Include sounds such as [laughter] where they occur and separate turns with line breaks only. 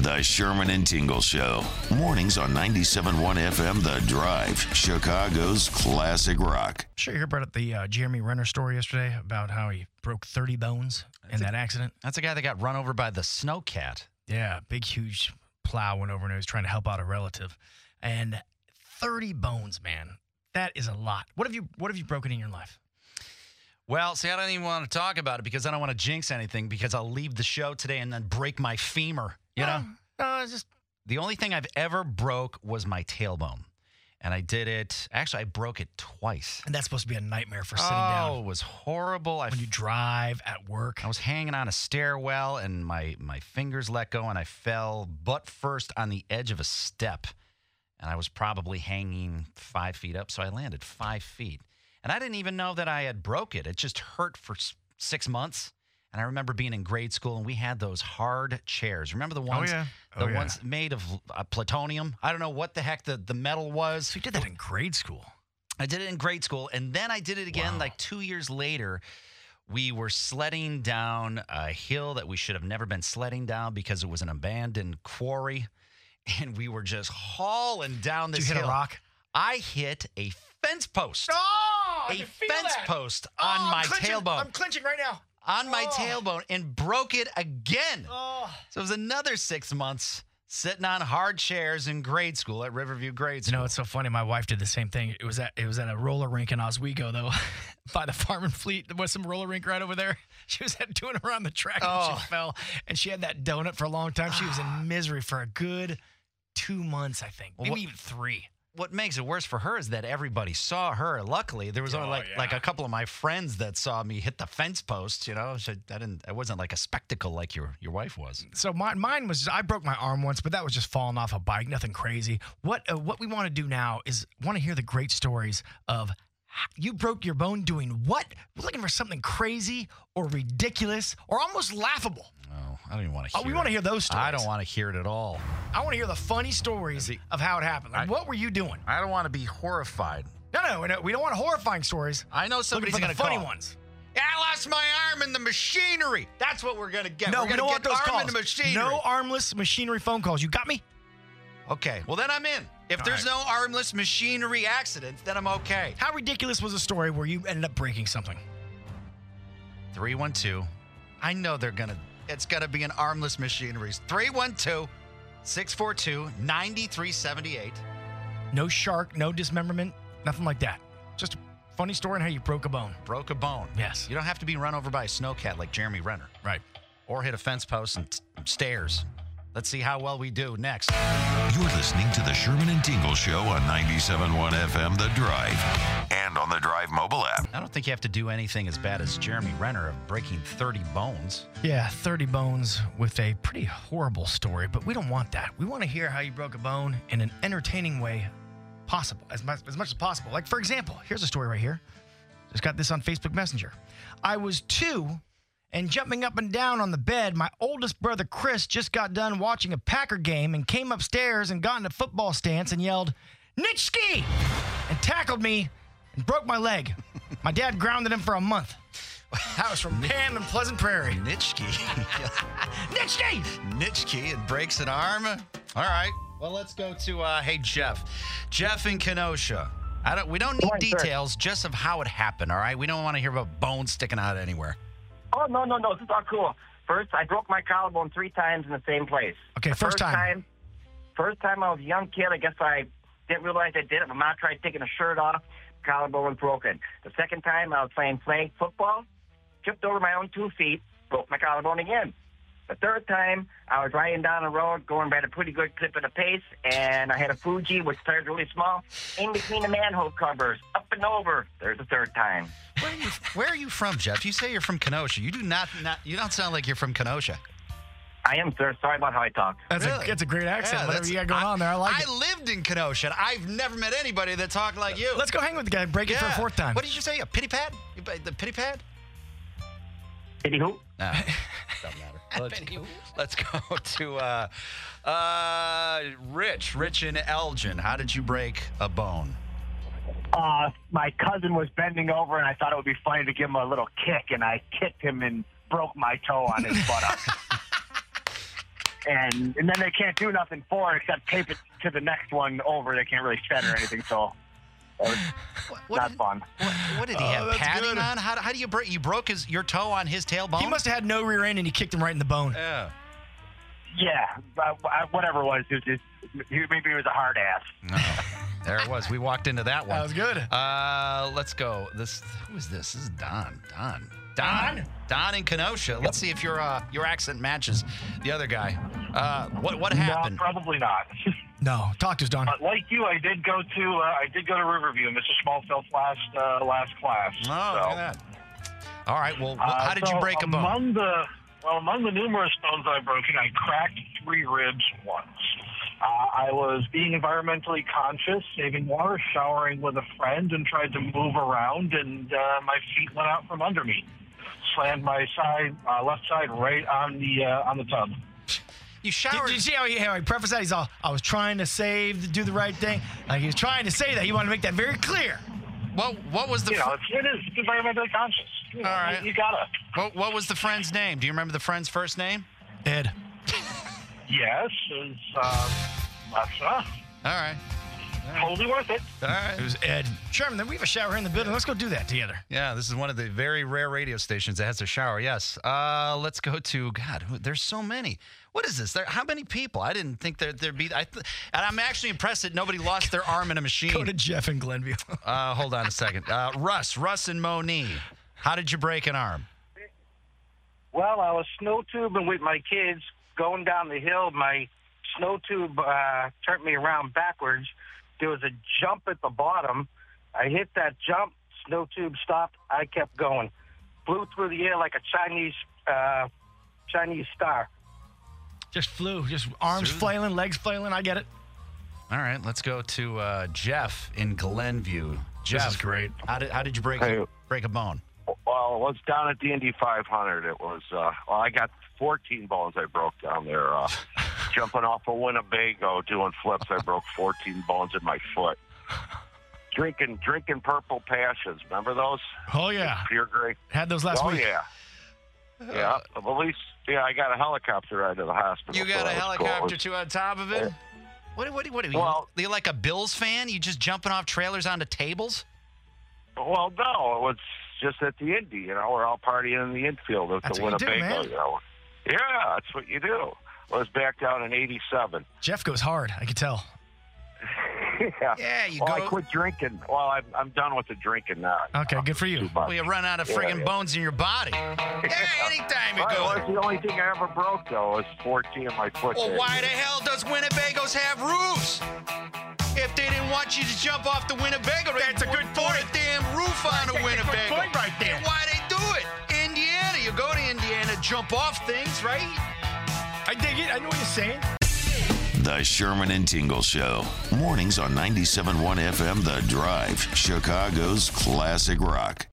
The Sherman and Tingle Show. Mornings on 97.1 FM The Drive, Chicago's classic rock.
Sure, you heard about the uh, Jeremy Renner story yesterday about how he broke 30 bones in that accident.
That's a guy that got run over by the snow cat.
Yeah, big, huge plow went over and he was trying to help out a relative. And 30 bones, man. That is a lot. What have you What have you broken in your life?
Well, see, I don't even want to talk about it because I don't want to jinx anything because I'll leave the show today and then break my femur. You know,
Uh, it's just
the only thing I've ever broke was my tailbone, and I did it. Actually, I broke it twice.
and that's supposed to be a nightmare for
oh,
sitting down
it was horrible. I,
when you drive at work.
I was hanging on a stairwell and my my fingers let go and I fell butt first on the edge of a step, and I was probably hanging five feet up, so I landed five feet, and I didn't even know that I had broke it. It just hurt for s- six months. And I remember being in grade school, and we had those hard chairs. Remember the ones,
yeah.
the
Oh, yeah.
ones made of uh, plutonium? I don't know what the heck the, the metal was.
So you did that in grade school.
I did it in grade school, and then I did it again
Wow.
like two years later. We were sledding down a hill that we should have never been sledding down because it was an abandoned quarry, [laughs] and we were just hauling down
Did
this
you hit
hill.
a rock?
I hit a fence post.
Oh,
a fence post on my tailbone,
clinching right now.
on my
Oh.
tailbone, and broke it again.
Oh.
So it was another six months sitting on hard chairs in grade school at Riverview Grade
You
School.
know, it's so funny. My wife did the same thing. It was at it was at a roller rink in Oswego, though, [laughs] by the Farm and Fleet. There was some roller rink right over there. [laughs] She was at, doing around the track and
Oh.
she fell, and she had that donut for a long time. She was in misery for a good two months, I think,
Well,
maybe
what-
even three.
what makes it worse for her is that everybody saw her. Luckily, there was only
Oh,
like
yeah.
like a couple of my friends that saw me hit the fence post. You know, so I didn't. I wasn't like a spectacle like your your wife was.
So mine, mine was I broke my arm once, but that was just falling off a bike, nothing crazy. What uh, what we want to do now is want to hear the great stories of h- you broke your bone doing what? We're looking for something crazy or ridiculous or almost laughable.
Oh, I don't even want to.
Oh,
hear
we want
it.
to hear those stories.
I don't want to hear it at all.
I want to hear the funny stories
See-
of how it happened. Like,
I-
what were you doing?
I don't want to be horrified.
No, no, we don't- we don't want horrifying stories.
I know
Looking
somebody's
for
going
the
to
funny
call.
ones.
Yeah, I lost my arm in the machinery. That's what we're going to get.
No,
we're
we
going to
don't
get
want those
arm
calls.
in the machinery.
No armless machinery phone calls. You got me?
Okay. Well, then I'm in. If
All
there's
right.
no armless machinery accidents, then I'm okay.
How ridiculous was a story where you ended up breaking something?
312. I know they're going to, it's going to be an armless machineries. 312 642 9378.
No shark, no dismemberment, nothing like that. Just a funny story on how you broke a bone.
Broke a bone.
Yes.
You don't have to be run over by a snowcat like Jeremy Renner
Right.
or hit a fence post and t- stairs. Let's see how well we do next.
You're listening to The Sherman and Tingle Show on 97.1 FM The Drive and on the Drive mobile app.
I don't think you have to do anything as bad as Jeremy Renner of breaking 30 bones.
Yeah, 30 bones with a pretty horrible story, but we don't want that. We want to hear how you broke a bone in an entertaining way possible, as much as, much as possible. Like, for example, here's a story right here. Just got this on Facebook Messenger. I was two and jumping up and down on the bed. My oldest brother, Chris, just got done watching a Packer game and came upstairs and got in a football stance and yelled, Nitschke! and tackled me and broke my [laughs] leg. My dad grounded him for a month. That was from Pam in Pleasant Prairie.
Nitschke. [laughs]
Nitschke!
Nitschke and breaks an arm. All right. Well, let's go to uh, hey Jeff, Jeff in Kenosha. I don't. We don't need
Morning, sir.
details just of how it happened. All right. We don't want to hear about bones sticking out anywhere.
Oh no no no! This is all cool. First, I broke my collarbone three times in the same place.
Okay,
The
first time.
First time I was a young kid. I guess I didn't realize I did it. My mom tried taking a shirt off. Collarbone was broken. The second time I was playing flag football, tripped over my own two feet, broke my collarbone again. The third time I was riding down the road, going at a pretty good clip at a pace, and I had a Fuji, which started really small, in between the manhole covers, up and over. There's the third time.
Where are you, where are you from, Jeff? You say you're from Kenosha. You do not. Not. You don't sound like you're from Kenosha.
I am, sir. Sorry about how I talk.
That's
Really?
a that's a great accent.
Yeah,
Whatever
that's-
you got going on there, I like it.
I lived in Kenosha. and I've never met anybody that talked like you.
Let's go hang with the guy. and Break it for a
Yeah.
fourth time.
What did you say? A pity pad? You ba- The pity pad?
Did he hoop?
[laughs] No, doesn't matter. Let's, let's go [laughs] to uh, uh, Rich. Rich and Elgin. How did you break a bone?
uh, my cousin was bending over, and I thought it would be funny to give him a little kick, and I kicked him and broke my toe on his buttock. and and then they can't do nothing for it except tape it to the next one over. They can't really shed or anything, so that was
What, what
not
did,
fun.
What, what did he
Oh,
have?
that's
Padding
good.
on? How, do- how do you break? You broke his your toe on his tailbone.
He must have had no rear end and he kicked him right in the bone. [laughs]
Yeah.
Yeah, but I- whatever it was, it was just, he- maybe he was a hard ass.
No. there it was. We walked into that one.
That was good.
Uh, let's go. This who is this? This is Don. Don. Don. Don in Kenosha. Let's see if your uh, your accent matches the other guy. Uh, what what happened?
No,
[laughs]
probably not.
No, talk to us, Don.
But like you, I did go to uh, I did go to Riverview, Mr. Smallfeld's last uh, last class.
Oh,
so,
look at that. All right. Well, wh-
uh,
how did you
so
break a bone?
Among the well, among the numerous bones I've broken, I cracked three ribs once. Uh, I was being environmentally conscious, saving water, showering with a friend, and tried to move around, and uh, my feet went out from under me. Slammed my side, uh, left side, right on the uh, on the tub.
you
Did,
showered.
did you see how he, how he prefaced that? He's all, I was trying to save, do the right thing. Like he was trying to say that. He wanted to make that very clear.
what what was the
You know,
fr-
it's, it is it's environmentally conscious. You know,
All right.
you, you gotta.
what, what was the friend's name? Do you remember the friend's first name?
Ed.
Yes, it's uh, that's uh,
All right.
totally worth it.
All right.
It was Ed. Sherman, then we have a shower in the building. Let's go do that together.
Yeah, this is one of the very rare radio stations that has a shower. Yes. Uh, let's go to God. who- There's so many. What is this? There, how many people? I didn't think there, there'd be. I th- and I'm actually impressed that nobody lost their arm in
[laughs] Go
a
to
machine.
Jeff in
[laughs]
Glenview.
Uh, hold on a second. Uh, Russ, Russ and Moni, how did you break an arm?
Well, I was snow tubing with my kids going down the hill. My snow tube uh, turned me around backwards. There was a jump at the bottom. I hit that jump. Snow tube stopped. I kept going. Flew through the air like a Chinese uh, Chinese star.
just flew, just arms flailing, legs flailing. I get it.
All right, let's go to uh, Jeff in Glenview. Jeff,
is great.
How did, how did you break
Hey.
break a bone?
Well, it was down at the Indy 500. It was, uh, well, I got 14 bones I broke down there.
[laughs]
Uh, jumping off a Winnebago, doing flips, I broke 14 bones in my foot. Drinking, drinking purple passions. Remember those?
Oh, yeah.
Pure gray.
Had those last
oh
week.
yeah,
Uh,
yeah. But at least, yeah, I got a helicopter ride to the hospital.
You
so
got a
that was cool. It
helicopter
was-
too on top of it. What? What? What? Are you,
Well-
you Oh, like a Bills fan? You just jumping off trailers onto tables?
Well, no, it was just at the Indy. You know, we're all partying in the infield at
That's
the
what you do,
Winnebago.
man.
you know, yeah, that's what you do. I was back down in '87.
Jeff goes hard. I could tell.
[laughs] yeah.
Yeah, you
well,
go-
I quit drinking. Well, I'm, I'm done with the drinking now.
Okay, good for you.
Uh, Too much.
Well, you run out of
Yeah,
friggin'
yeah.
bones in your body. Yeah, anytime you
Well,
go.
it was the only thing I ever broke, though, was 14 of my foot.
Well,
there.
why the hell does Winnebago's have roofs? If they didn't want you to jump off the Winnebago, that's a good point. a damn roof on a Winnebago.
point right there.
And why they do it? Indiana, you go to Indiana, jump off things, right?
I dig it. I know what you're saying.
The Sherman and Tingle Show. Mornings on 97.1 FM The Drive, Chicago's classic rock.